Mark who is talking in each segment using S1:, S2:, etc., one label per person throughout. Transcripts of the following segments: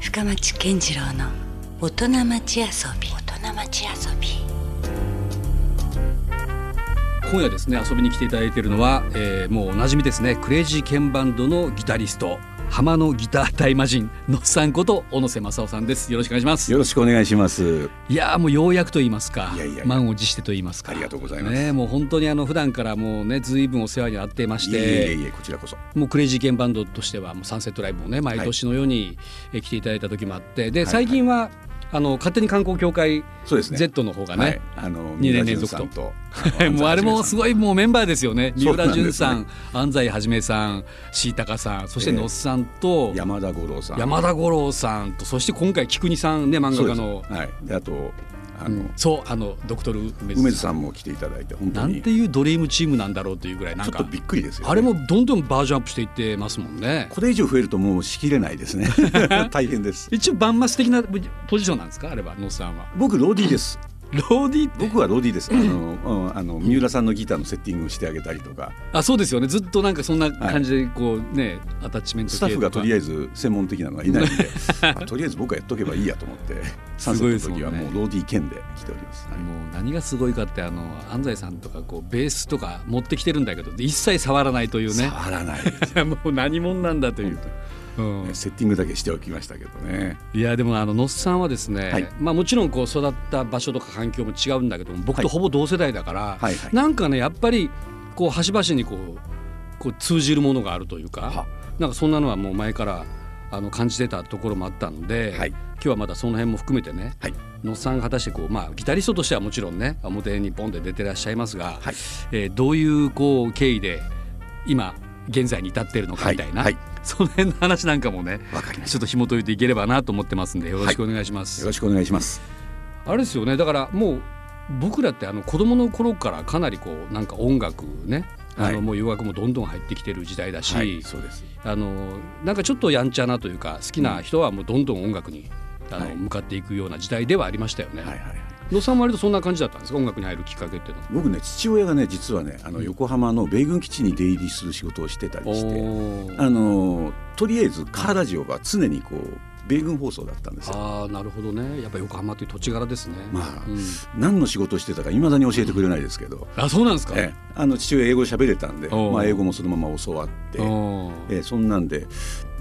S1: 深町健次郎の大人町遊び大人町遊び
S2: 今夜ですね遊びに来ていただいているのは、えーもうおなじみですねクレイジーケンバンドのギタリスト浜のギター大魔神のっさんこと小野瀬正夫さんですよろしくお願いします
S3: よろしくお願いします。
S2: いやーもうようやくと言いますか
S3: いやいやいや
S2: 満を持してと言いますか
S3: ありがとうございます
S2: ねもう本当にあの普段からもうねずいぶんお世話になってまし
S3: い
S2: て
S3: えいえいえ、こちらこそ。
S2: もうクレイジーケンバンドとしてはもうサンセットライブもね毎年のようにえ来ていただいた時もあってで
S3: はい
S2: 最近はあの勝手に観光協会
S3: そうですね。
S2: Z の方が
S3: は
S2: ね
S3: い、あの
S2: 二年
S3: 三浦
S2: 連
S3: 淳
S2: 続
S3: さ
S2: と、
S3: んと
S2: もうあれもす
S3: い。
S2: ごいもうメンバーですよね三
S3: そうなん
S2: 浦
S3: ですね
S2: 淳さん安西はじめさん椎高さんそして
S3: ええ
S2: のっさんと
S3: 山田五郎さん。
S2: 山田五郎さんとそして今回菊二さんね漫
S3: そう
S2: 画
S3: で
S2: 家
S3: す
S2: の
S3: はい。であとあの
S2: そうあのドクトル梅
S3: 梅
S2: 津
S3: 津
S2: さ
S3: さ
S2: ん
S3: んも来ていただいて本
S2: な
S3: 当
S2: ん
S3: に
S2: て
S3: ち
S2: いうドリームチームなんだろうというぐらいなん
S3: ょっ
S2: か
S3: とびっくりですよね。
S2: あれもどんどんバージョンアップしていってますもんね
S3: これ以上増えるともうしきれないですね。 大変です。
S2: 一応バンマス的なポジションなんですかあれは野さんは
S3: 僕ローディーです。
S2: ローディー
S3: 僕はローディーです。あのうんあの三浦さんのギターのセッティングをしてあげたりとか、
S2: あそうですよねずっとなんかそんな感じでこうね、アタッチメント
S3: スタッフがとり
S2: あ
S3: あえず専門的なのはいないん で、あとりあえず僕はやっとけばいいやと思って、サンセットの時はもうローディー兼で来ております。はい
S2: もう何がすごいかってあの安西さんとかこうベースとか持ってきてるんだけど一切触らないというね
S3: 触らない
S2: もう何者なんだという、うん
S3: セッティングだけしておきましたけどね
S2: いやでもあののっさんはですね、
S3: はい
S2: まあ、もちろんこう育った場所とか環境も違うんだけども僕とほぼ同世代だから、
S3: はいはい
S2: なんかねやっぱりこう端々にこうこう通じるものがあるというか
S3: は
S2: なんかそんなのはもう前からあの感じてたところもあったので、
S3: はい
S2: 今日はまたその辺も含めてね、
S3: はい
S2: のっさんが果たしてこう、まあ、ギタリストとしてはもちろんね表にポンで出てらっしゃいますが、
S3: はい
S2: えーどういうこう経緯で今現在に至っているのかみたいな、
S3: はいはい
S2: その辺の話なんかもね
S3: わかりまし
S2: ちょっと紐解いていければなと思ってますんでよろしくお願いしま
S3: た
S2: す。
S3: よろしくお願いします
S2: あれですよねだからもう僕らってあの子供の頃からかなりこうなんか音楽ね、
S3: は
S2: あ
S3: い
S2: のもう洋楽もどんどん入ってきてる時代だし、
S3: そうです
S2: あのなんかちょっとやんちゃなというか好きな人はもうどんどん音楽にあの、
S3: はい
S2: 向かっていくような時代ではありましたよね。
S3: はいはいはい
S2: 野さんは割とそんな感じだったんですか音楽に入るきっかけっていうのは。
S3: 僕ね父親がね実はねあの横浜の米軍基地に出入りする仕事をしてたりして
S2: おー
S3: あのとりあえずカーラジオが常にこう米軍放送だったんですよ
S2: あーなるほどねやっぱ横浜という土地柄ですね。
S3: まあ
S2: うん
S3: 何の仕事をしてたかいまだに教えてくれないですけど、
S2: あそうなんですか、
S3: ええあの父親英語喋れたんで、
S2: おー
S3: まあ、英語もそのまま教わって、
S2: おー
S3: ええそんなんで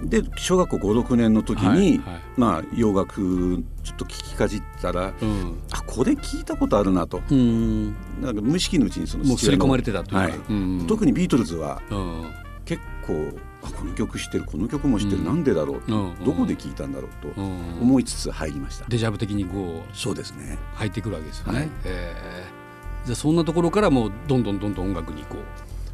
S3: で小学校56年の時に、
S2: はいはい
S3: まあ、洋楽ちょっと聞きかじったら
S2: うん
S3: あこれ聞いたことあるなと
S2: うん
S3: なんか無意識のうちにその
S2: もう刷り込まれ
S3: て
S2: てたというか、
S3: はい
S2: うん
S3: 特にビートルズは
S2: うん
S3: 結構あこの曲知ってるこの曲も知ってる、
S2: うん
S3: なんでだろうって、
S2: うん
S3: どこで聞いたんだろうと
S2: うん
S3: 思いつつ入りました、
S2: デジャブ的にこう
S3: そうですね
S2: 入ってくるわけですよね、
S3: はい
S2: えーじゃあそんなところからもうどんどんどんどん音楽にこ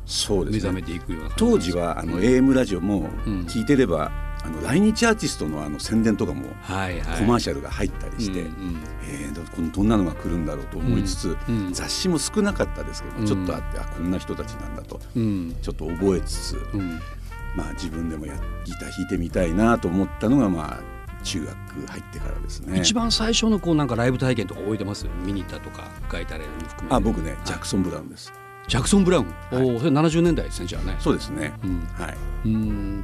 S3: そう
S2: う
S3: で
S2: 目
S3: す
S2: 覚
S3: ね
S2: めていくような感
S3: 当
S2: じ
S3: 時
S2: なんですか
S3: はあの AM ラジオも
S2: ん
S3: 聞いてれば、あの来日アーティストのあの宣伝とかも
S2: はいはい
S3: コマーシャルが入ったりして、
S2: うんうん
S3: えーどこのどんなのが来るんだろうと思いつつ、
S2: うんうん
S3: 雑誌も少なかったですけど、
S2: うん
S3: ちょっとあってあこんな人たちなんだと
S2: うん
S3: ちょっと覚えつつ、
S2: うん
S3: まあ、自分でもやギター弾いてみたいなと思ったのが、まあ、中学入ってからですね
S2: 一番最初のこうなんかライブ体験とか覚えてます見に行ったとか書いたりも含めて
S3: あ僕ねジャクソン・ブラウンです、
S2: ジャクソン・ブラウン、おおそれ70年代ですねじゃあね
S3: そうですね、
S2: うん
S3: はい
S2: うん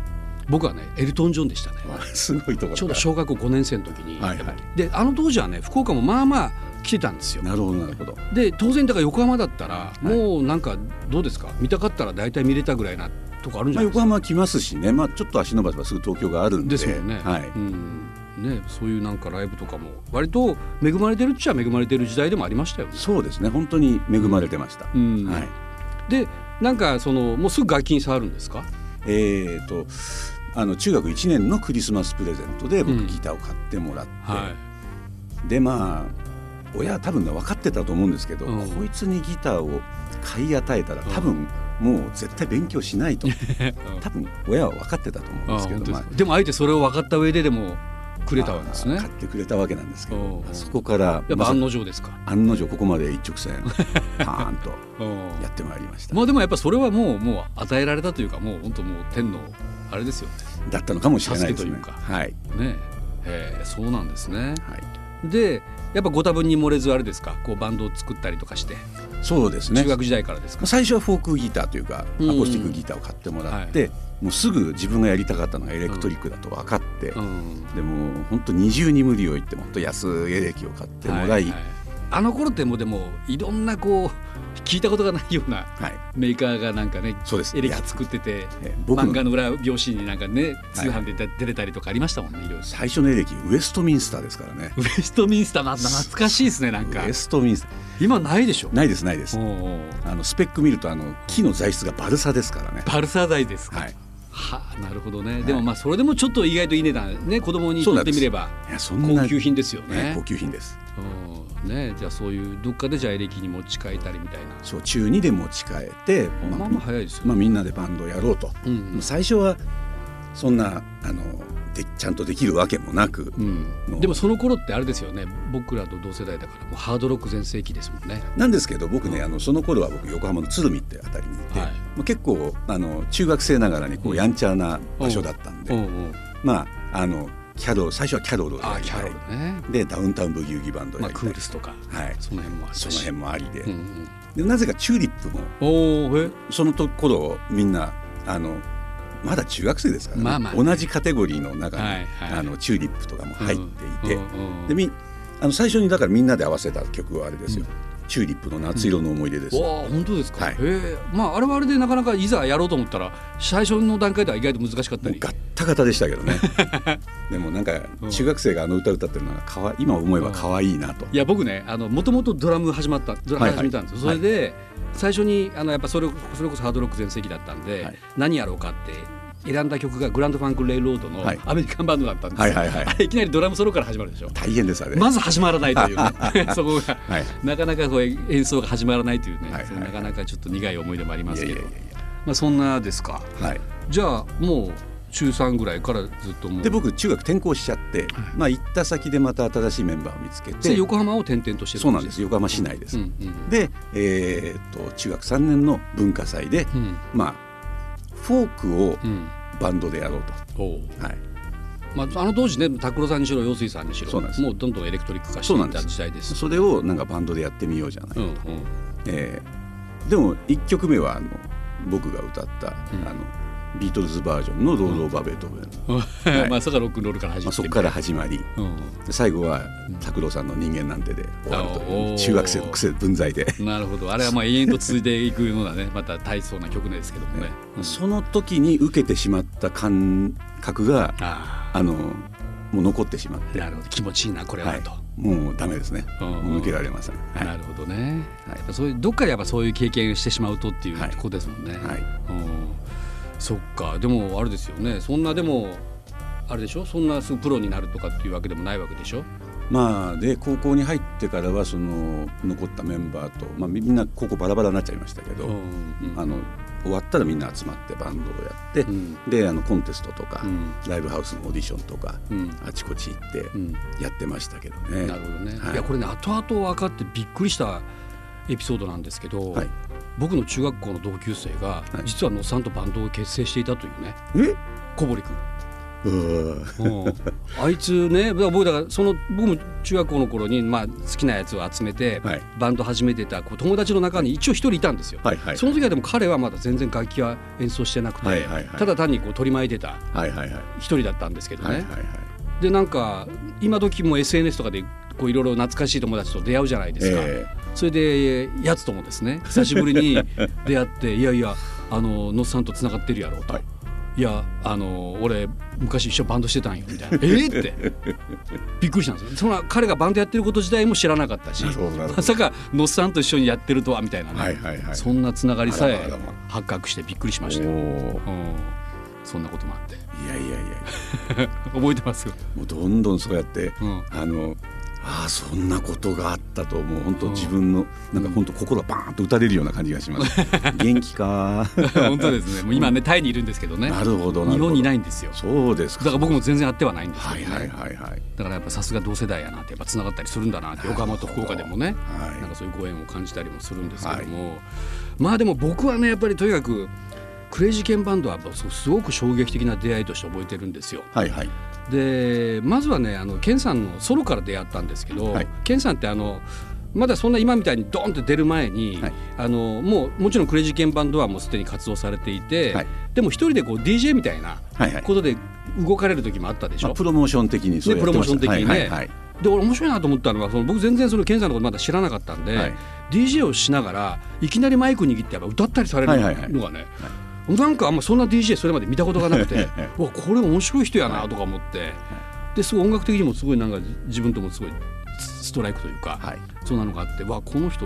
S2: 僕はねエルトン・ジョンでしたね
S3: わあすごいところだ
S2: ちょうど小学校5年生の時に、
S3: はいはい
S2: であの当時はね福岡もまあまあ来てたんですよ
S3: なるほどなるほど
S2: で当然だから横浜だったら、
S3: い
S2: もうなんかどうですか見たかったら大体見れたぐらいなとこあるんじゃないで
S3: まあ、横
S2: すか、
S3: 浜は来ますしね、まあ、ちょっと足伸ばせばすぐ東京があるんで
S2: ですもんね,、
S3: はい
S2: うん、ねそういうなんかライブとかも割と恵まれてるっちゃ恵まれてる時代でもありましたよね。
S3: そうですね本当に恵まれてました、
S2: うん
S3: はい
S2: でなんかそのもうすぐ楽器に触るんですか
S3: えー、とあの中学1年のクリスマスプレゼントで
S2: う
S3: 僕
S2: ん
S3: ギターを買ってもらって、
S2: は
S3: でまあ親は多分ね分かってたと思うんですけど、
S2: うん
S3: こいつにギターを買い与えたら多分もう絶対勉強しないと
S2: い、
S3: 多分親は分かってたと思
S2: あ
S3: うんで
S2: あ
S3: すけ
S2: 本当
S3: ど
S2: です
S3: まあ
S2: かでもあえてそれを分かった上ででもくれたわけですね
S3: まあ買ってくれたわけなんですけ
S2: うん
S3: どそこから
S2: やっ
S3: ま
S2: ぱ
S3: さ
S2: 案の定ですか、
S3: 案の定ここまで一 直線パーンと
S2: うん
S3: やってまいりました
S2: まあでもやっぱそれはもうもう与えられたというかもう本当もう天のあれですよ
S3: だったのかもしれないです
S2: 助けとい
S3: ね
S2: うか
S3: はい
S2: ねねええそうなんですね
S3: はい
S2: でやっぱご多分に漏れずあれですかこうバンドを作ったりとかして、
S3: そうですね
S2: 中学時代からですか
S3: 最初はフォークギターというかアコ
S2: うん
S3: ースティックギターを買ってもらって、もうすぐ自分がやりたかったのがエレクトリックだと分かって、
S2: うん
S3: でも本当二重に無理を言ってもっと安いエレキを買ってもらい、はい
S2: はあの頃ってもうでもいろんなこう聞いたことがないようなメーカーがなんかね
S3: そうです
S2: エレキ作ってて
S3: いやえ僕
S2: 漫
S3: の
S2: 画の裏表紙になんかね通販で出れたりとかありましたもんねいろいろ
S3: 最初のエレキウエストミンスターですからね
S2: ウエストミンスターな懐かしいですねなんか
S3: ウエストミンスタ
S2: 今ないでしょ
S3: ーないですないです、
S2: おうおう
S3: あのスペック見るとあの木の材質がバルサですからね
S2: バルサ材ですか、
S3: はい
S2: はあなるほどね、でもまあそれでもちょっと意外といい値段ね子供にとってみれば
S3: いやそんな
S2: 高級品ですよね
S3: ね高級品です
S2: うんねじゃあそういうどっかでじゃあエレキに持ち替えたりみたいな
S3: そう中2で持ち帰って、
S2: ま
S3: ま
S2: あ
S3: あ
S2: まあ早いですよ、
S3: まあみんなでバンドをやろうと、
S2: うん
S3: もう最初はそんなあのでちゃんとできるわけもなく、
S2: うん、でもその頃ってあれですよね僕らと同世代だからもうハードロック全盛期ですもんね
S3: なんですけど僕ね、あのその頃は僕横浜の鶴見ってあたりにいて、
S2: はい
S3: もう結構あの中学生ながらにこ
S2: うん
S3: うやんちゃな場所だったんで、
S2: うんうん
S3: まああのキャロル最初はキャロルを
S2: あ
S3: や
S2: ー
S3: り
S2: キャ
S3: た
S2: ロ
S3: い
S2: ルね、
S3: でダウンタウンブギウギバンドを
S2: ま
S3: や
S2: あ、ク
S3: りたい
S2: ール、スとか
S3: はい、
S2: その辺もあった
S3: そ
S2: し
S3: の辺もありで,、
S2: うん
S3: でなぜかチューリップも
S2: うん、おおえ
S3: そのところみんなあのまだ中学生ですから、ね
S2: まあまあ
S3: 同じカテゴリーの中に、
S2: はいはい
S3: あのチューリップとかも入っていて、
S2: うんうん
S3: でみあの最初にだからみんなで合わせた曲はあれですよ「チューリップの夏色の思い出」です。
S2: わあ本当ですか、
S3: はい
S2: へえまああれはあれでなかなかいざやろうと思ったら最初の段階では意外と難しかった
S3: もう
S2: り
S3: ガッタガタでしたけど ねでもなんか中学生があの歌歌ってるのがかわ今思えば可愛いなと、
S2: いや僕ねもともとドラム始まったドラム
S3: はいはい
S2: 始めたんですよ、それで、最初にあのやっぱそれそれこそハードロック全盛期だったんで、
S3: はい
S2: 何やろうかって選んだ曲がグランドファンク・レイロードの
S3: はい
S2: アメリカンバンドだったんですよ、
S3: はいはいはい
S2: あれいきなりドラムソロから始まるでしょ
S3: 大変ですあれ、
S2: まず始まらないと いうね そこが
S3: はい、
S2: なかなかこう演奏が始まらないというね、
S3: はいはいはい
S2: なかなかちょっと苦い思い出もありますけど
S3: いやいやいやい
S2: まあそんなですか
S3: はい、
S2: じゃあもう中3ぐらいからずっともう
S3: で僕中学転校しちゃって、まあ、行った先でまた新しいメンバーを見つけ
S2: それ
S3: て
S2: 横浜を転々としてる
S3: そうなん
S2: で
S3: です横浜市内です、
S2: うんうん
S3: で、えーっと中学3年の文化祭で、
S2: うん
S3: まあフォークを
S2: うん
S3: バンドでやろうと、
S2: おう
S3: はい、
S2: まあ、あの当時ね拓郎さんにしろ陽水さんにしろ
S3: そうなんです
S2: もうどんどんエレクトリック化し
S3: そう
S2: て
S3: ないんで
S2: た
S3: す
S2: 時代です
S3: それをなんかバンドでやってみようじゃない、
S2: うんうん
S3: えーでも1曲目はあの僕が歌った、
S2: うん
S3: あのビートルズバージョンの「ロード・オブ・ベートーベ ン」い
S2: まあそれからロックンロールから始ま
S3: まあ、
S2: って
S3: そこから始まり
S2: う
S3: で最後は拓郎さんの「人間なんて」で終わると
S2: あ
S3: い
S2: おー
S3: う中学生の癖文在で、
S2: ん、なるほどあれはまあ永遠と続いていくようなねまた大層な曲ですけどもね、うん
S3: その時に受けてしまった感覚が
S2: あ
S3: あのもう残ってしまっ
S2: あ
S3: て、
S2: なるほど気持ちいいなこれは
S3: はい
S2: と、、
S3: もうダメですね、
S2: うん
S3: もう抜けられません、はい
S2: なるほどね、
S3: はい
S2: やっぱそういうどっかでやっぱそういう経験してしまうとっていう
S3: はい
S2: ことですもんね、
S3: はい
S2: うんそっかでもあれですよねそんなでもあれでしょそんなすぐプロになるとかっていうわけでもないわけでしょ
S3: まあで高校に入ってからはその残ったメンバーと、まあ、みんな高校バラバラになっちゃいましたけど、
S2: うん
S3: あの終わったらみんな集まってバンドをやって、
S2: うん
S3: であのコンテストとか、
S2: うん
S3: ライブハウスのオーディションとか、
S2: うん
S3: あちこち行って
S2: うん
S3: やってましたけどね。
S2: なるほどね、、
S3: はいい
S2: やこれね後々分かってびっくりしたエピソードなんですけど、
S3: はい
S2: 僕の中学校の同級生が、
S3: い
S2: 実はのっさんとバンドを結成していたというね
S3: え
S2: 小堀君
S3: うー
S2: うんあいつねだ僕だからその僕も中学校の頃に、まあ、好きなやつを集めて、
S3: はい
S2: バンド始めてた子友達の中に一応一人いたんですよ。
S3: はいはい
S2: その時はでも彼はまだ全然楽器は演奏してなくて、
S3: はいはいはい
S2: ただ単にこう取り巻いてた
S3: はいはいはい
S2: 一人だったんですけどね、
S3: はいはいはい
S2: でなんか今時も SNS とかでこういろいろ懐かしい友達と出会うじゃないですか、
S3: え
S2: それでやつともですね久しぶりに出会って「いやいやあののっさんとつながってるやろ」と。
S3: はいい
S2: やあの俺昔一緒にバンドしてたんよみたいな「えっ!」ってびっくりしたんですよその彼がバンドやってること自体も知らなかったし
S3: なるほどなるほど
S2: まさかのっさんと一緒にやってるとはみたいなね、
S3: はいはいはい
S2: そんなつながりさえ
S3: あらまあらま
S2: 発覚してびっくりしま
S3: お
S2: したよ、
S3: ー
S2: うん、そんなこともあって
S3: いやいやいや
S2: 覚えてますよ、
S3: もうどんどんそうやって、
S2: うん
S3: あのああそんなことがあったともう本当
S2: うん
S3: 自分の、なんか本当心がバーンと打たれるような感じがします 元気か
S2: 本当ですね。もう今ねタイにいるんですけどね。
S3: なるほどなるほど
S2: 日本にいないんですよ。
S3: そうです
S2: だ
S3: か
S2: から僕も全然会ってはないんですけど
S3: は
S2: ね
S3: いはいはいはい
S2: だからやっぱさすが同世代やなってやっぱ繋がったりするんだなって横浜と福岡でもね、
S3: はい
S2: なんかそういうご縁を感じたりもするんですけども、まあでも僕はねやっぱりとにかくクレイジーケンバンドはやっぱすごく衝撃的な出会いとして覚えてるんですよ。
S3: はいはい
S2: でまずはねあのケンさんのソロから出会ったんですけど、
S3: はい
S2: ケンさんってあのまだそんな今みたいにドーンと出る前に、
S3: はい
S2: あのもうもちろんクレイジーケンバンドはもうすでに活動されていて、
S3: はい
S2: でも一人でこう DJ みたいな
S3: はいはい
S2: ことで動かれる時もあったでしょ、
S3: まあ、プロモーション的にそう
S2: ね
S3: やってました
S2: プロモーション的にね
S3: はいはい
S2: で俺面白いなと思ったのはその僕全然その健さんのことまだ知らなかったんで、
S3: はい
S2: DJ をしながらいきなりマイク握ってやっぱ歌ったりされるのが
S3: はい
S2: ね、
S3: はいはい
S2: なんかあんまそんな DJ それまで見たことがなく
S3: は
S2: て
S3: いはいう
S2: わこれ面白い人やなとか思って、ですごい音楽的にもすごいなんか自分ともすごいストライクというか、
S3: はい
S2: そうなのがあってわこの人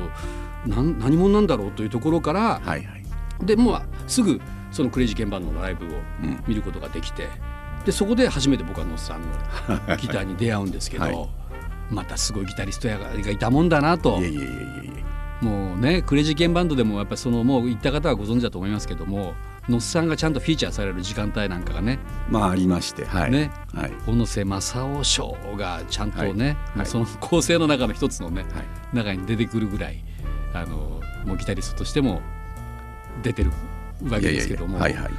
S2: なん何者なんだろうというところから、
S3: はいはい
S2: でもうすぐそのクレイジーケンバンドのライブを
S3: うん
S2: 見ることができて、でそこで初めて僕はのっさんのギターに出会うんですけど、
S3: はい
S2: またすごいギタリストやがいたもんだなと
S3: いえいえいえいえいえ
S2: もうねクレイジーケンバンドでもやっぱりそのもう行った方はご存知だと思いますけどものっさんがちゃんとフィーチャーされる時間帯なんかがね
S3: まあありましてはい、
S2: ね
S3: はい
S2: 小野瀬正夫賞がちゃんと
S3: はい
S2: ね、
S3: はい
S2: その構成の中の一つのね、
S3: はい
S2: 中に出てくるぐらいあのもうギタリストとしても出てるわけですけども
S3: はいはい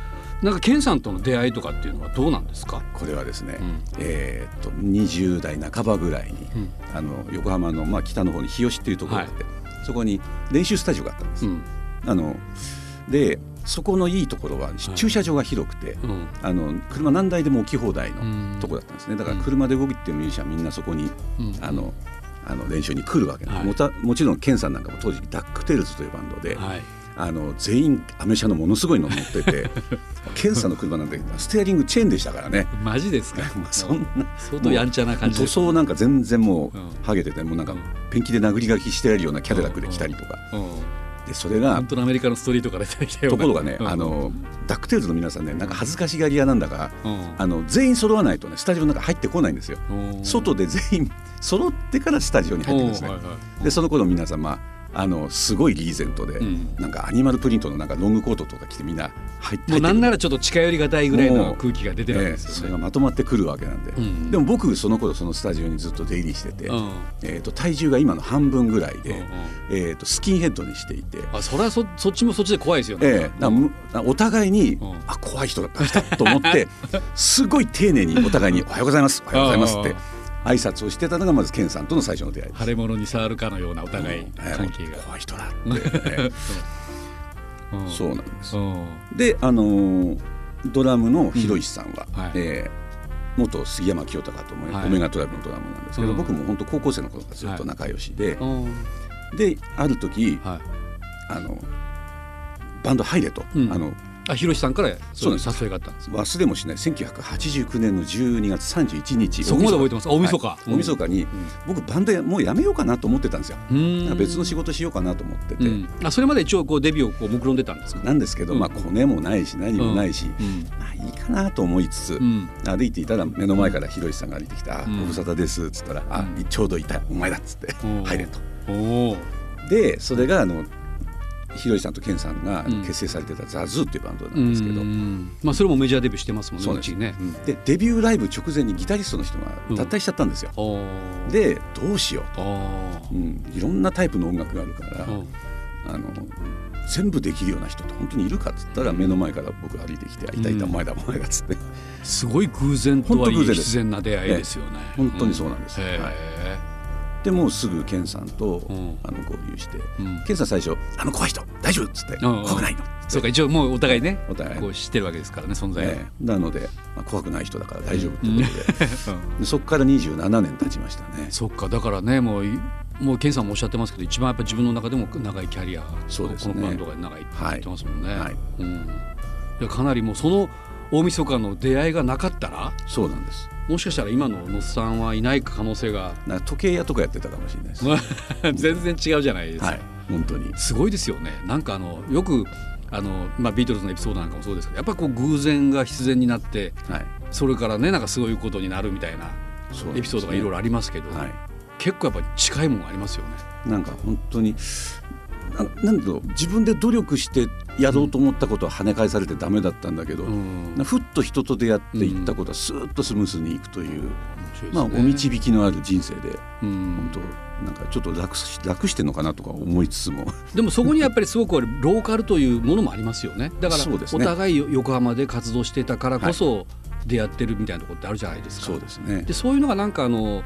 S2: なんか健さんとの出会いとかっていうのはどうなんですか。
S3: これはですね、
S2: うん
S3: えーっと20代半ばぐらいに、
S2: うん
S3: あの横浜の、まあ、北の方に日吉っていうところがあって、そこに練習スタジオがあったんです、
S2: うん、
S3: あのでそこのいいところは駐車場が広くて、
S2: うん、
S3: あの車何台でも置き放題
S2: うん
S3: のとこだったんですねだから車で動いてるミュージシャンみんなそこに、
S2: うん
S3: あのあの練習に来るわけなん
S2: は
S3: で
S2: い
S3: もたもちろんケンさんなんかも当時ダックテールズというバンドで、
S2: はい、
S3: あの全員アメ車のものすごいの乗 っててケンさんの車なんてステアリングチェーンでしたからね。
S2: マジですか
S3: まあそんな
S2: 相当やんちゃな感じ
S3: 塗
S2: です。
S3: 装なんか全然も
S2: うん
S3: うハゲててもうなんか
S2: うん
S3: ペンキで殴り書きしてやるようなキャデラックで来たりとか
S2: うん、
S3: でそれが
S2: 本当のアメリカのストリートから出てきたよう
S3: と
S2: な。
S3: ころがね
S2: うん
S3: あ、のダックテールズの皆さんねなんか恥ずかしがり屋なんだか
S2: うん
S3: あの全員揃わないとねスタジオの中入ってこないんですよ
S2: うん、
S3: 外で全員揃ってからスタジオに入ってくるんですね
S2: おーはいはい
S3: でその頃皆さんまああのすごいリーゼントで
S2: うん
S3: なんかアニマルプリントのなんかロングコートとか着てみんな入って
S2: もうなん
S3: 入って
S2: ならちょっと近寄りがたいぐらい
S3: も
S2: の
S3: う
S2: 空気が出
S3: く
S2: て
S3: る
S2: たん
S3: ええ
S2: です
S3: そ
S2: よ
S3: れ
S2: ね。
S3: がまとまってくるわけなんで
S2: うん
S3: でも僕その頃そのスタジオにずっと出入りしてて
S2: うん
S3: えー、と体重が今の半分ぐらいで、
S2: うんうん
S3: えー、とスキンヘッドにしていて、
S2: あ、それはそそっちもそっちで怖いですよね。
S3: ええだからむお互いに、
S2: うん
S3: あ怖い人だったと思って すごい丁寧にお互いに「おはようございますおはようございます」って挨拶をしてたのがまずケンさんとの最初の出会いです。
S2: 腫れ物に触るかのようなお互い
S3: ええ
S2: 関係が。
S3: 怖い人 だって、ええそうなんです
S2: う。ん。
S3: で、あのードラムの広石さんは、
S2: うんはい
S3: えー元杉山清隆とも、
S2: はい
S3: オメガトライブのドラムなんですけど、
S2: うん
S3: 僕も本当高校生の頃からずっと仲良しで、
S2: うん。うん
S3: である時、
S2: はい。
S3: あのバンド入れと、
S2: うん
S3: あの
S2: あ、ひろしさんからそ
S3: そうう
S2: い
S3: で
S2: う
S3: す
S2: 誘いがあったんです。
S3: 忘れもしない1989年の12月31日
S2: そこまで覚えてます大晦日
S3: はい
S2: うん
S3: 大晦日に、僕バンドやもうやめようかなと思ってたんですよ、
S2: うーん
S3: 別の仕事しようかなと思ってて、
S2: うん、あそれまで一応こうデビューをこう目論んでたんですか
S3: なんですけど、
S2: うん
S3: まあコネもないし何もないし、
S2: うん
S3: まあいいかなと思いつつ、
S2: うん
S3: 歩いていたら目の前からひろしさんが歩いてきた「あ
S2: うん
S3: ご無沙汰です」っつったら「あ
S2: うん
S3: ちょうどいたお前だ」っつって
S2: おー
S3: 入れと。
S2: おー
S3: でそれがあのひろしさんとケンさんが
S2: うん
S3: 結成されてた「ザズーっていうバンドな
S2: うん
S3: んですけど、
S2: まあ、それもメジャーデビューしてますもんね
S3: そう
S2: う
S3: です
S2: ちね、うん、
S3: でデビューライブ直前にギタリストの人が
S2: うん
S3: 脱退しちゃったんですよ。
S2: おー
S3: でどうしよう
S2: お
S3: と、
S2: ー
S3: うん、いろんなタイプの音楽があるから、
S2: おー
S3: あの全部できるような人って本当にいるかっつったら目の前から僕歩いてきて「あいたいた
S2: うん
S3: お前だお前だ」っつって、
S2: すごい偶然とはい
S3: 本当偶
S2: え
S3: 然です
S2: 必然な出会いですよね、
S3: 本当にそうなんです、
S2: へ
S3: はい、
S2: え、
S3: でもうすぐケンさんと、
S2: うん
S3: あの合流して、
S2: うん
S3: ケンさん最初「あの怖い人大丈夫」っつって
S2: う
S3: 「
S2: ん
S3: 怖くないの」
S2: そうか一応もうお互いね
S3: お互い
S2: こう知ってるわけですからね存在を、
S3: ええなので、まあ、怖くない人だから大丈夫ってことで,、
S2: うん
S3: でそこから27年経ちましたね。
S2: そっかだからねもういもう健さんもおっしゃってますけど一番やっぱ自分の中でも長いキャリア
S3: そうですね
S2: このバンドが長いって言ってますもんね、
S3: はい
S2: うん、いやかなりもうその大晦日の出会いがなかったら
S3: そうなんです
S2: もしかしたら今ののっさんはいない可能性が
S3: なんか時計屋とかやってたかもしれないです。
S2: 全然違うじゃないですか、
S3: はい、本当に
S2: すごいですよねなんかあのよくあの、まあ、ビートルズのエピソードなんかもそうですけどやっぱこう偶然が必然になって
S3: はい、
S2: それからねなんかすごいことになるみたいな
S3: そうなんですね
S2: エピソードがいろいろありますけど
S3: は
S2: 結構やっぱ近いもんありますよね。
S3: い、なんか本当にななんだろう自分で努力してやろうと思ったことは跳ね返されてダメだったんだけど、
S2: うん
S3: なふっと人と出会っていったことはスーッとスムースにいくという、まあ、お
S2: みち
S3: 導きのある人生で
S2: うん
S3: 本、当なんかちょっと楽し楽してんのかなとか思いつつも
S2: でもそこにやっぱりすごくローカルというものもありますよ ねだから
S3: そうです
S2: お
S3: ね
S2: 互い横浜で活動してたからこそ出会ってるみたいなところってあるじゃないですか、
S3: そうですね
S2: でそういうのがなんかあの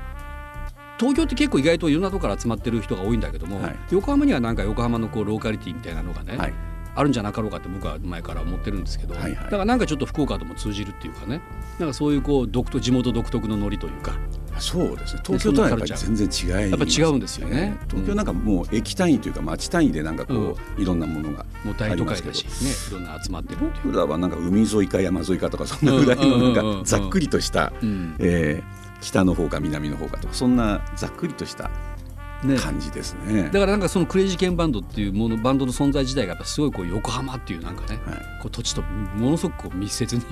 S2: 東京って結構意外といろんなとこから集まってる人が多いんだけども、
S3: はい
S2: 横浜にはなんか横浜のこうローカリティみたいなのがね、
S3: はい
S2: あるんじゃなかろうかって僕は前から思ってるんですけど、
S3: はいはい
S2: だからなんかちょっと福岡とも通じるっていうかねなんかそういうこう独特地元独特のノリというか
S3: そうですね東京とはやっぱり全然違います
S2: やっぱ違うんですよね
S3: えー東京なんかもう駅単位というか町単位でなんかこう、いろんなものが
S2: もう
S3: あ
S2: 大
S3: り
S2: 都
S3: ま
S2: 会
S3: すけ
S2: だ
S3: ど
S2: しねいろんな集まってるっていう。
S3: 僕らはなんか海沿いか山沿いかとかそんなぐらいのな
S2: うんうん
S3: ん
S2: うんう
S3: か
S2: ん
S3: ざっくりとした、
S2: うん
S3: えー北の方か南の方かとかそんなざっくりとした
S2: ね
S3: 感じですね。
S2: だからなんかそのクレイジーケンバンドっていうものバンドの存在自体がやっぱすごいこう横浜っていうなんかね、
S3: はい
S2: こう土地とものすごくこう密接に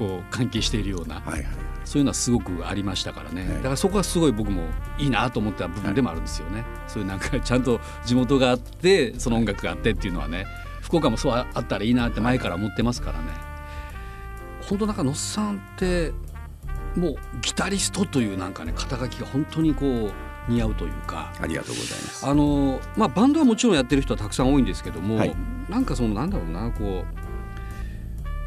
S2: こう関係しているような、
S3: はいはい
S2: そういうのはすごくありましたからね、
S3: はい
S2: だからそこはすごい僕もいいなと思った部分でもあるんですよね、そういうなんかちゃんと地元があってその音楽があってっていうのはね福岡もそうあったらいいなって前から思ってますからね本当なんかのっさんってもうギタリストというなんかね肩書きが本当にこう似合うというか。
S3: ありがとうございます。
S2: あのまあ、バンドはもちろんやってる人はたくさん多いんですけども、
S3: はい
S2: なんかそのなんだろうなこ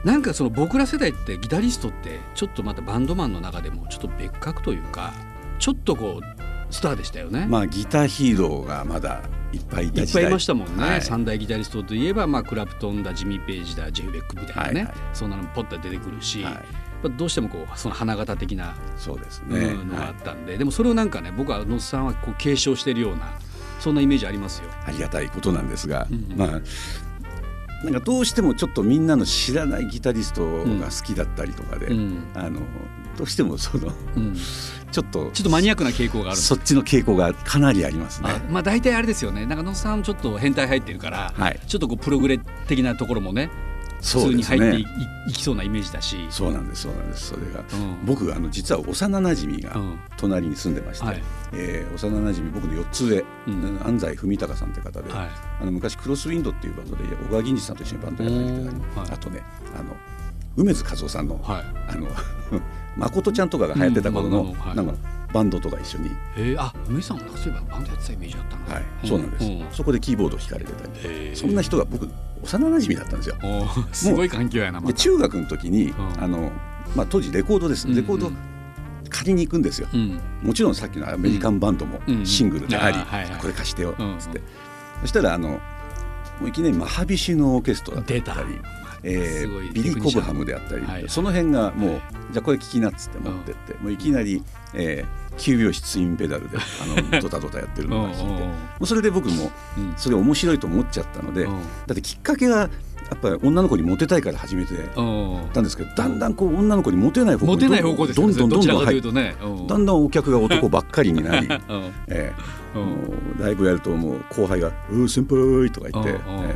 S2: うなんかその僕ら世代ってギタリストってちょっとまたバンドマンの中でもちょっと別格というかちょっとこうスターでしたよね。
S3: まあギターヒーローがまだいっぱいい
S2: い
S3: た
S2: っ
S3: 時
S2: ぱ
S3: 代
S2: いいましたもんね、
S3: はい
S2: 三大ギタリストといえば、まあ、クラプトンだジミー・ペイジだジェフ・ベックみたいなね、
S3: はいはい
S2: そんなのもポッと出てくるし、
S3: はい
S2: まあどうしてもこうその花形的な
S3: そうです
S2: う
S3: ね。
S2: んのがあ
S3: は
S2: っ
S3: い
S2: たんで、でもそれをなんかね僕はのっさんはこう継承してるようなそんなイメージありますよ。
S3: ありがたいことなんですが、
S2: うんうん
S3: まあ。なんかどうしてもちょっとみんなの知らないギタリストが好きだったりとかで、
S2: うん
S3: あのどうしてもその
S2: うん
S3: ちょっと
S2: ちょっとマニアックな傾向があるんです
S3: そっちの傾向がかなりありますね。
S2: あまあ大体あれですよね中野さんちょっと変態入ってるから、
S3: はい
S2: ちょっとこうプログレ的なところもね普
S3: そ
S2: 通
S3: うで
S2: に
S3: す
S2: 入ってい,、
S3: ね。
S2: きそうなイメージだし
S3: そうなんです、そうなんです、それが。
S2: うん
S3: 僕あの実は幼馴染
S2: う
S3: が
S2: ん
S3: 隣に住んでまして、
S2: はい
S3: えー幼馴染僕の4つ上、
S2: うん
S3: 安西文隆さんって方で、
S2: はい
S3: あの昔クロスウィンドっていうバンドで小川銀次さんと一緒にバンドやってきてた
S2: う
S3: り、
S2: んはい
S3: あとねあの梅津和夫さんの、
S2: はい
S3: あの 誠ちゃんとかが流行ってた頃の、
S2: うんまあまあ
S3: な
S2: まあ
S3: んかバンドとか一緒に、
S2: えー、あ梅さんもそういえばバンドやってたイメージだったな、
S3: はいそうなんです、そこでキーボード弾かれてたり、
S2: へー
S3: そんな人が僕幼馴染だったんですよ。
S2: おーすごい環境やなま
S3: で
S2: た、
S3: 中学の時に、
S2: ん
S3: あのまあ、当時レコードです
S2: うん
S3: レコード借りに行くんですよ、
S2: うん、
S3: もちろんさっきのアメリカンバンドも
S2: うん
S3: シングルであり、
S2: うんあーはいはい
S3: これ貸してよっ
S2: うん
S3: つって、そしたらあのもういきなりマハビシのオーケストラだった
S2: 出
S3: り
S2: た、
S3: え
S2: すごい
S3: ー、ビリー・コブハムであったり、
S2: はい
S3: その辺がもう、じゃあこれ聞きなっつって持ってって、もういきなり、えー、9拍子ツインペダルであ のドタドタやってるのが聞いて
S2: うんうんうん
S3: もうそれで僕も
S2: うん
S3: それ面白いと思っちゃったので、
S2: うん
S3: だってきっかけがやっぱり女の子にモテたいから始めて。
S2: うん
S3: ったんですけどだんだんこう女の子にモテない方向
S2: モ
S3: に
S2: テない方向です
S3: ど
S2: よ
S3: ん
S2: ね
S3: どんどん
S2: どち
S3: ど
S2: ら
S3: ん
S2: かと
S3: 入
S2: い
S3: っ
S2: うとね、うん
S3: だんだんお客 が男ばっかりになり、
S2: うん
S3: ええ
S2: うん
S3: もうライブやるともう後輩が「うー先輩」とか言って、
S2: うんうん
S3: ええ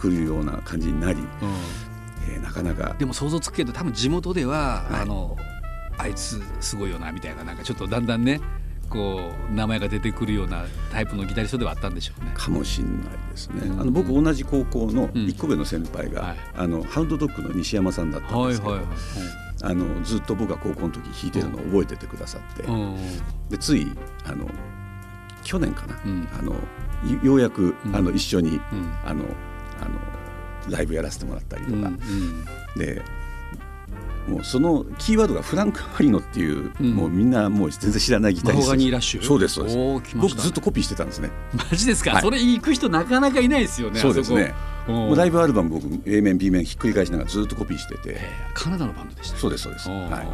S3: 来るような感じになり、
S2: うん
S3: ええなかなか
S2: でも想像つくけど多分地元では、
S3: はい
S2: あのあいつすごいよなみたいななんかちょっとだんだんねこう名前が出てくるようなタイプのギタリストではあったんでしょうね。
S3: かもしれないですね、
S2: うん
S3: あの僕同じ高校の
S2: うん
S3: 1個上の先輩が、
S2: はい
S3: あのハウンドドッグの西山さんだったん
S2: はい
S3: ですけど、
S2: はいはい。
S3: あのずっと僕が高校の時弾いてるのを覚えててくださって、
S2: うんうん
S3: でついあの去年かな、
S2: うん
S3: あのいようやく、
S2: うん
S3: あの一緒に、
S2: うん
S3: あのあのライブやらせてもらったりと
S2: う
S3: か、
S2: んうん
S3: でもうそのキーワードがフランク・ハリノっていう、
S2: うん
S3: もうみんなもう全然知らないギタ
S2: マ
S3: リ
S2: ホ
S3: スト
S2: ガニーラッシュ。
S3: そうですそうです
S2: おー来ま
S3: 僕
S2: したね
S3: ずっとコピーしてたんですね
S2: マジですか、
S3: はい
S2: それ行く人なかなかいないですよね。
S3: そうですね
S2: あそこ。
S3: もうライ
S2: ブ
S3: ブアルバム僕 A 面 B 面ひっくり返しながらずっとコピーしてて
S2: カナダのバンドでした。
S3: そうですそうです、
S2: おー
S3: はい、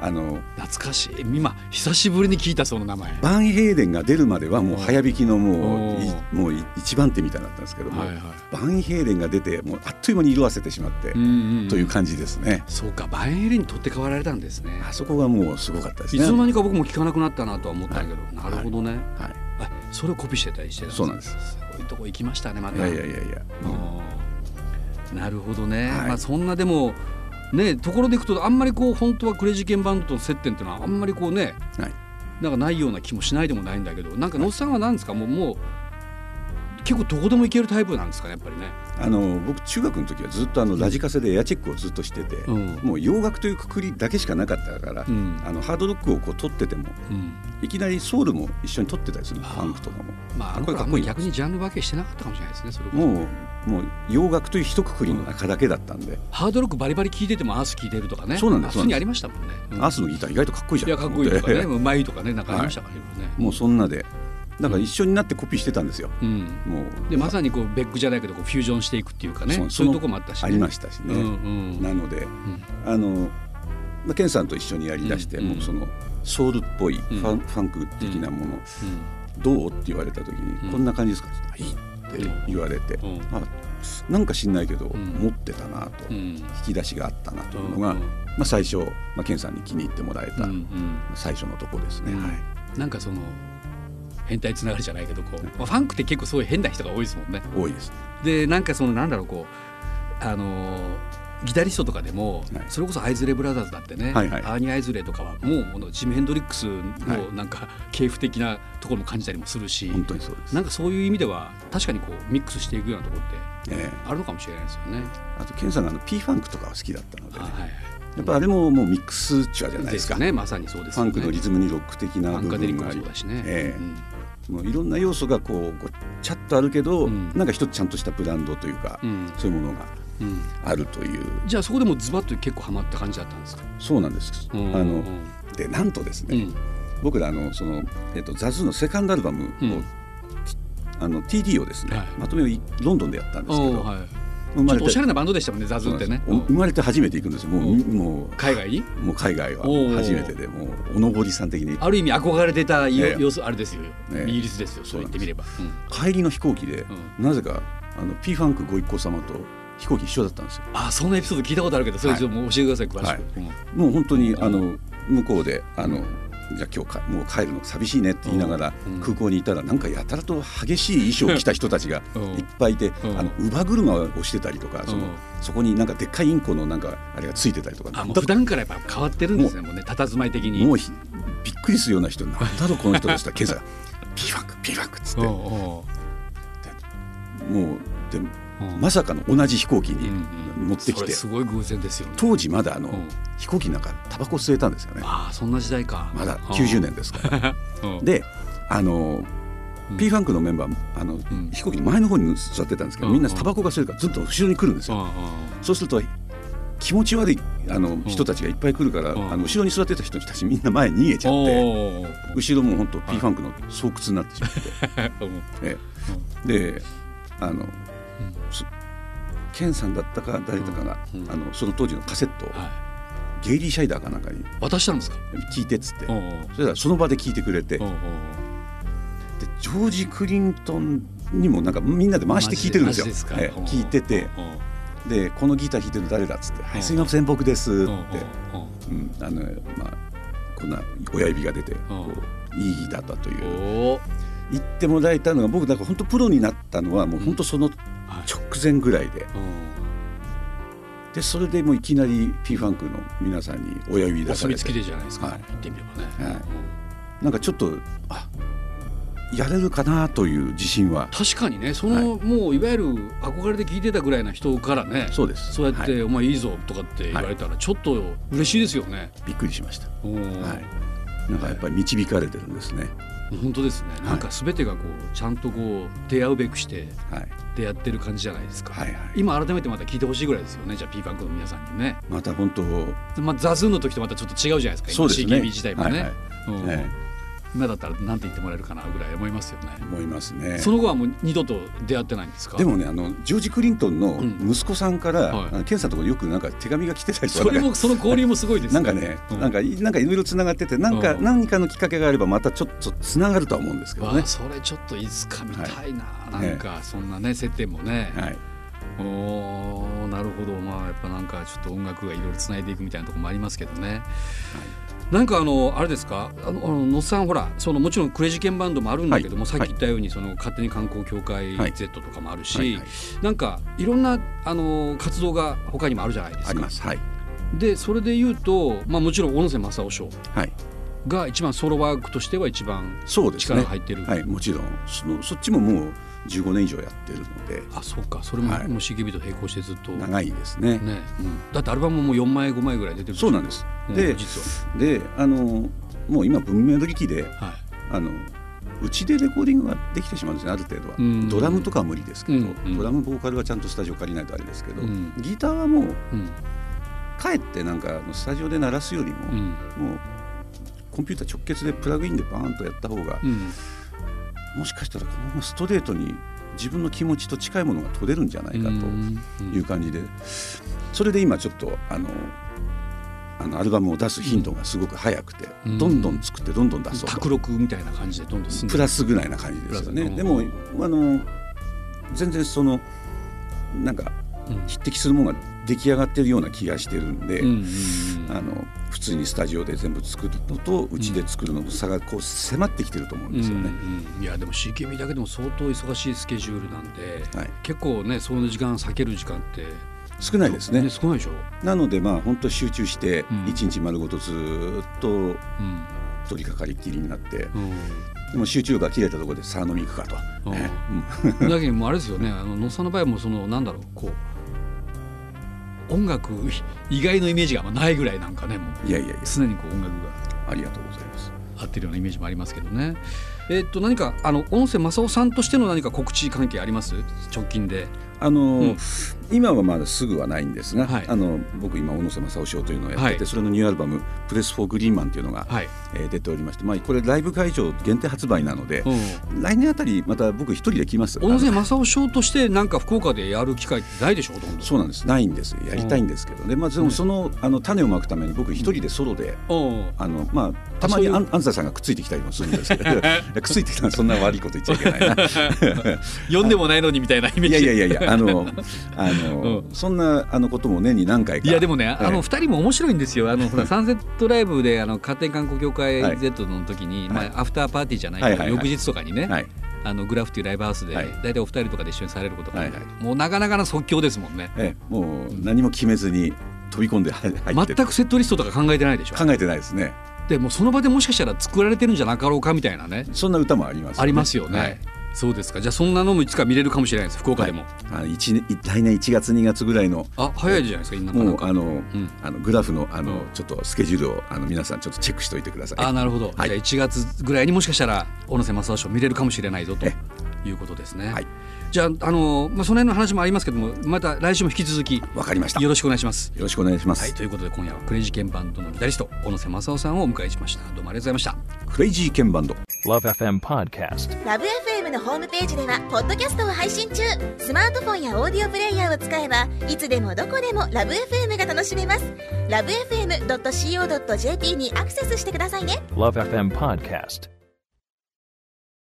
S3: あの
S2: 懐かしい今久しぶりに聞いたその名前。
S3: バンヘイデンが出るまではもう早弾きの
S2: お
S3: もうい
S2: ー
S3: もうい一番手みたいだったんですけども、
S2: はいはい
S3: バンヘイデンが出てもうあっという間に色あせてしまって、
S2: うんうんうん
S3: という感じですね
S2: そうかバイエルンに取って代わられたんですね。
S3: あそこがもうすごかったです
S2: い
S3: ね
S2: つの間にか僕も聞かなくなったなとは思ったけど、なるほどね、
S3: はい
S2: あそれをコピーしてたりしてた
S3: そうなんです
S2: すごいとこ行きましたねま
S3: い
S2: た
S3: やいやいやいや、
S2: うんなるほどね、
S3: はい
S2: まあそんなでもねところでいくとあんまりこう本当はクレイジーケンバンドとの接点っていうのはあんまりこうね
S3: はい、
S2: なんかないような気もしないでもないんだけどなんかのっさんは何ですかもうもう結構どこでも行けるタイプなんですかねやっぱりね。
S3: あの僕中学の時はずっとあのラジカセでエアチェックをずっとしてて、
S2: うん
S3: もう洋楽というくくりだけしかなかったから、
S2: うん
S3: あのハードロックをこう取ってても
S2: うん
S3: いきなりソウルも一緒に取ってたりするの
S2: あー
S3: ファンクとかも
S2: まあ、あの
S3: こ
S2: 頃
S3: れか
S2: は
S3: っ
S2: も
S3: こ
S2: う
S3: いいな
S2: 逆にジャンル分けしてなかったかもしれないですねそれこそ
S3: もうもう洋楽という一括りの中だけだったんで、
S2: ハードロックバリバリ聴いててもアース聴いてるとかね
S3: そうなんです
S2: 普通にありましたもんね、うん
S3: アースのギター意外とかっこいいじ
S2: い
S3: ゃん
S2: やかっこいいとか
S3: 思
S2: ね
S3: って
S2: うまいとかねなんかありましたからね、
S3: もうそんなでだから一緒になってコピーしてたんですよ、
S2: うん
S3: もう
S2: でまさにこうベックじゃないけどこうフュージョンしていくっていうかねそう
S3: う
S2: いうとこもあったし、ね、
S3: ありましたしね、
S2: うんうん
S3: なので、あのまあケンさんと一緒にやりだして、
S2: うん
S3: もうそのソウルっぽいファン,、ファンク的なもの、どうって言われた時に、
S2: うん
S3: こんな感じですかいいって言われて、
S2: うん
S3: あなんか知んないけど、
S2: ん
S3: 持ってたなと、
S2: うんうん
S3: 引き出しがあったなというの
S2: うん
S3: が、
S2: うん
S3: まあ、最初、まあ、ケンさんに気に入ってもらえ
S2: うん
S3: た最初のとこですね。
S2: うん
S3: はい
S2: なんかその変態つながりじゃないけどこう、まあファンクって結構そういう変な人が多いですもんね
S3: 多いです、
S2: でなんかそのなんだろうこうあのーギタリストとかでも、
S3: はい
S2: それこそアイズレブラザーズだってね、
S3: はいはい
S2: アーニー・アイズレとかはもうこのジム・ヘンドリックスのなんか系譜的なところも感じたりもするし、
S3: 本当にそうです。
S2: なんかそういう意味では確かにこうミックスしていくようなところって
S3: ええ
S2: あるのかもしれないですよね。
S3: あとケンさんがあの P ファンクとかは好きだったので、
S2: あはいはい
S3: やっぱあれももうミックスチュアじゃない
S2: で
S3: ですす
S2: よ
S3: か。
S2: ねまさにそうですよね。
S3: ファンクのリズムにロック的な
S2: ファン
S3: 部
S2: カデリッ
S3: 分
S2: ク
S3: が
S2: も
S3: あ
S2: そう
S3: り
S2: だしね。
S3: ええ
S2: うん
S3: もういろんな要素がこうごちゃっとあるけど、
S2: うん
S3: なんか一つちゃんとしたブランドというか、
S2: うん
S3: そういうものが
S2: うん
S3: あるという
S2: じゃあそこでもうズバッと結構ハマった感じだったんですか。
S3: そうなんです。
S2: うんうん
S3: あのでなんとです
S2: う
S3: ね、
S2: ん
S3: 僕らあのそのえっとザズーのセカンドアルバムを、
S2: うん
S3: あの TD をですね、
S2: はい
S3: まとめをいロンドンでやったんですけ
S2: お
S3: ど、
S2: ーはい。
S3: 生
S2: ち
S3: ま
S2: ょっ
S3: れ
S2: と
S3: て
S2: おしゃれなバンドでしたもんねザズってね。
S3: そうなんですお生まれて初めて行くんですよ。もう、
S2: うん
S3: もう
S2: 海外に
S3: もう海外は
S2: おー
S3: 初めてでもうおのぼりさん的に
S2: ある意味憧れてたよ
S3: ええ
S2: 様子あれですよ
S3: え。え
S2: イギリスですよ。そう言ってみれば。うん
S3: 帰りの飛行機で、
S2: う
S3: なぜかあの P ファンクご一行様と飛行機一緒だったんですよ。
S2: あそんなエピソード聞いたことあるけどそれちょっともう教えてください詳し
S3: はい
S2: く。うん
S3: もう本当にあの向こうであのじゃあ今日かもう帰るの寂しいねって言いながら
S2: うん
S3: 空港にいたらなんかやたらと激しい衣装を着た人たちが
S2: うん
S3: いっぱいいて
S2: うん
S3: あの乳母車をしてたりとかその
S2: うん
S3: そこになんかでっかいインコのなんかあれがついてたりとか
S2: あもう
S3: だ
S2: 普段からやっぱ変わってるんですねもうね佇まい的に。
S3: もうひびっくりするような人なんだろうこの人でしたら今朝ピーファンクピーファンクっつって
S2: おう
S3: も
S2: お
S3: うで
S2: ううん
S3: まさかの同じ飛行機に
S2: うんうん
S3: 持ってき
S2: それ
S3: て
S2: すごい偶然ですよね。
S3: 当時まだあの
S2: うん
S3: 飛行機なんかタバコ吸えたんですよね
S2: ああそんな時代か。
S3: まだ
S2: うん
S3: 90。年ですから。
S2: うん
S3: であの
S2: うん
S3: P ファンクのメンバーあの、
S2: ん
S3: 飛行機の前の方に座ってたんですけど、
S2: うん
S3: みんなタバコが吸えるからずっと後ろに来るんです
S2: うん
S3: よ、
S2: うん
S3: そうすると気持ち悪いあの、人たちがいっぱい来るから、
S2: うん
S3: あの後ろに座ってた人たちみんな前に逃げちゃ
S2: お
S3: って、
S2: うおうおう
S3: 後ろも本当 P ファンクの巣窟になってしまって、
S2: うん
S3: ええであの、そケンさんだったか誰だかが、
S2: うんうん
S3: あのその当時のカセットを、
S2: は
S3: ゲイリー・シャイダーかなんかに
S2: い、渡したんですか。
S3: 聞いてっつって、
S2: おうおう
S3: それらその場で聞いてくれて、
S2: おうおう
S3: でジョージ・クリントンにもなんかみんなで回して聞いてるんですよ。
S2: マジか
S3: ええ
S2: おうおう
S3: 聞いてて
S2: おうおう
S3: でこのギター弾いてるの誰だっつって「はいすいません僕です」って、
S2: おうおう
S3: うんあのまあこんな親指が出てこういいギターだと
S2: お
S3: いう
S2: うおう
S3: 言ってもらえたのが僕なんか本当プロになったのはもう本当その直
S2: はい
S3: 前ぐらいで
S2: おう
S3: でそれでもういきなり P ファンクの皆さんに親指
S2: お
S3: 出さ
S2: 墨
S3: れ
S2: 付きで
S3: て
S2: じゃないですか。
S3: はい
S2: 言ってみればね。
S3: はい
S2: うん
S3: なんかちょっとあやれるかなという自信は
S2: 確かにね、その、もういわゆる憧れで聞いてたぐらいな人からね。
S3: そうです
S2: そうやって、
S3: は
S2: お前いいぞとかって言われたら、ちょっと嬉しいですよね。
S3: いびっくりしました。
S2: おう
S3: はい、なんかやっぱり導かれてるんですね。
S2: 本当ですね。なんかすべてがこう、ちゃんとこう、出会うべくして、
S3: はい、
S2: 出会ってる感じじゃないですか。
S3: はい、はい。
S2: 今改めてまた聞いてほしいぐらいですよねじゃあ P ファンクの皆さんにね、
S3: また本当、
S2: まあ、ザズーの時とまたちょっと違うじゃないですか
S3: そうですね
S2: CKB 自体もね、
S3: はいはい
S2: うん
S3: え
S2: 今だったらなんて言ってもらえるかなぐらい思いますよね、
S3: え思いますね。
S2: その後はもう二度と出会ってないんですか
S3: でもね、あのジョージクリントンの
S2: うん
S3: 息子さんから、
S2: はい
S3: あのケンさんのところよくなんか手紙が来てたりと
S2: そ
S3: か
S2: れ
S3: ね。
S2: もその交流もすごいです
S3: なんかね、
S2: うん
S3: なんかいなんかいろいろつながってて、なんか、
S2: うん
S3: 何かのきっかけがあればまたちょっとつながるとは思うんですけど
S2: わ
S3: ね
S2: あ。それちょっといつか見たいな、
S3: い
S2: なんかそんなね接点もね、
S3: はい、
S2: おーなるほどまあやっぱなんかちょっと音楽がいろいろつないでいくみたいなところもありますけどね、なんかあのあれですかあのあの野津さんほらそのもちろんクレイジーケンバンドもあるんだけども、
S3: はい
S2: さっき言ったようにその勝手に観光協会
S3: はい
S2: Z とかもあるし、
S3: はいはい
S2: なんかいろんなあの活動が他にもあるじゃないですか。
S3: あります。はい、
S2: でそれで言うと、まあ、もちろん小野瀬正夫賞
S3: はい、
S2: が一番ソロワークとしては一番
S3: そうです
S2: 力
S3: ね
S2: が。入ってる、
S3: はい、もちろん、そのそっちももう15年以上やってるので、
S2: あそうかそれも、
S3: はい
S2: もう CKB と並行してずっと、ね
S3: 長いですね。うん
S2: だってアルバムも4枚5枚ぐらい出てる
S3: そうなん
S2: で
S3: です
S2: う。ん
S3: で、
S2: 実
S3: であのもう今文明の利器で
S2: は、はい、
S3: あのうちでレコーディングができてしまうんですねある程度は、
S2: うん
S3: ドラムとかは無理ですけど、
S2: うんうん
S3: ドラムボーカルはちゃんとスタジオ借りないとあれですけど、
S2: うん
S3: ギターはもう
S2: うん
S3: 帰ってなんかあのスタジオで鳴らすよりも、
S2: うん
S3: もうコンピューター直結でプラグインでバーンとやった方が、
S2: うん
S3: もしかしたらこのままストレートに自分の気持ちと近いものが取れるんじゃないかという感じで、それで今ちょっとあのあのアルバムを出す頻度がすごく早くて、
S2: うん
S3: どんどん作ってどんどん出そうと
S2: 卓録みたいな感じでどんどん進んで
S3: プラスぐらいな感じですよね。
S2: プ
S3: で
S2: ラスう
S3: も
S2: ん
S3: あの全然そのなんか
S2: うん
S3: 匹敵するものが出来上がってるような気がしてるんで、
S2: うんうん
S3: あの普通にスタジオで全部作るのとうちで作るのの差がこう迫ってきてると思うん
S2: うんう
S3: ですよね。
S2: んうんいやでも CKB だけでも相当忙しいスケジュールなんで
S3: はい、
S2: 結構ねその時間避ける時間って
S3: 少ないですね。
S2: 少ないでしょ
S3: なのでまあ本当集中して
S2: うん
S3: 一日丸ごとずっと
S2: うん
S3: 取り掛かりっきりになって、
S2: うん
S3: でも集中力が切れたところでさあ飲み行くかと、
S2: うん
S3: ね
S2: だけどもうあれですよねあの野さんの場合はもうそのなんだろうこう音楽以外のイメージがあんまないぐらいなんかねもう
S3: うんいやいやいや
S2: 常にこう音楽が
S3: ありがとうございます。
S2: 合ってるようなイメージもありますけどねえっと何かあの音声正雄さんとしての何か告知関係あります直近で
S3: あの
S2: うん
S3: 今はまだすぐはないんですが、
S2: はい
S3: あの僕今小野瀬正夫賞というのをやってて、
S2: はい
S3: それのニューアルバム「プレス・フォー・グリーンマン」というのが、
S2: はい
S3: えー出ておりまして、まあ、これライブ会場限定発売なので、
S2: うん
S3: 来年あたりまた僕一人で来ます。
S2: 小野瀬
S3: あの
S2: 正雄賞としてなんか福岡でやる機会ってないでしょほとんど
S3: そうなんですないんですやりたいんですけどね、まあ、でもその,、あの種をまくために僕一人でソロで、
S2: うん
S3: あのまあ、たまに
S2: そういう
S3: あん安西さんがくっついてきたりもするんですけどい やくっついてきたらそんな悪いこと言っちゃいけないな
S2: 呼んでもないのにみ たいなイメージ
S3: いやいやいやいやあのあの、
S2: う
S3: そんなあのことも年に何回か
S2: いやでもね、
S3: い
S2: あの二人も面白いんですよ。あのほらサンセットライブであの家庭観光協会
S3: はい
S2: Z の時に、
S3: はい
S2: まあアフターパーティーじゃない
S3: はい
S2: け
S3: は
S2: ど、
S3: いはい
S2: 翌日とかにね、
S3: はい、
S2: あのグラフというライブハウスで、
S3: はい
S2: 大体お二人とかで一緒にされることが多いんだけど、
S3: は
S2: もうなかなかな即興ですもんね。
S3: ええもう何も決めずに飛び込んで入入って
S2: 全くセットリストとか考えてないでしょ。
S3: 考えてないですね
S2: でもうその場でもしかしたら作られてるんじゃなかろうかみたいなね、
S3: そんな歌もあります
S2: ありますよね。
S3: はい
S2: そうですか。じゃあそんなのもいつか見れるかもしれないです。福岡でも。
S3: あ一年来年1月2月ぐらいの
S2: あ早いじゃないですか。今な
S3: も
S2: ん
S3: う
S2: か。
S3: あの、
S2: うん
S3: あのグラフのあの、
S2: うん
S3: ちょっとスケジュールをあの皆さんちょっとチェックしておいてください。
S2: あなるほど、
S3: はい
S2: じゃあ1月ぐらいにもしかしたら小野瀬正雄賞見れるかもしれないぞと
S3: え
S2: いうことですね、
S3: はい
S2: じゃああの、まあ、その辺の話もありますけどもまた来週も引き続き
S3: わかりました。
S2: よ
S3: よ
S2: ろしくお願いします
S3: ろしくお願いしま
S2: はい
S3: す。
S2: ということで今夜はクレイジーケンバンドのギタリスト小野瀬正雄さんをお迎えしましたどうもありがとうございました
S3: クレイジーケンバンド。
S4: Love FM Podcast.
S5: ラブ f m のホームページではポッドキャストを配信中スマートフォンやオーディオプレイヤーを使えばいつでもどこでもラブ f m が楽しめますラブ FM.co.jp にアクセスしてくださいね
S4: Love FM Podcast.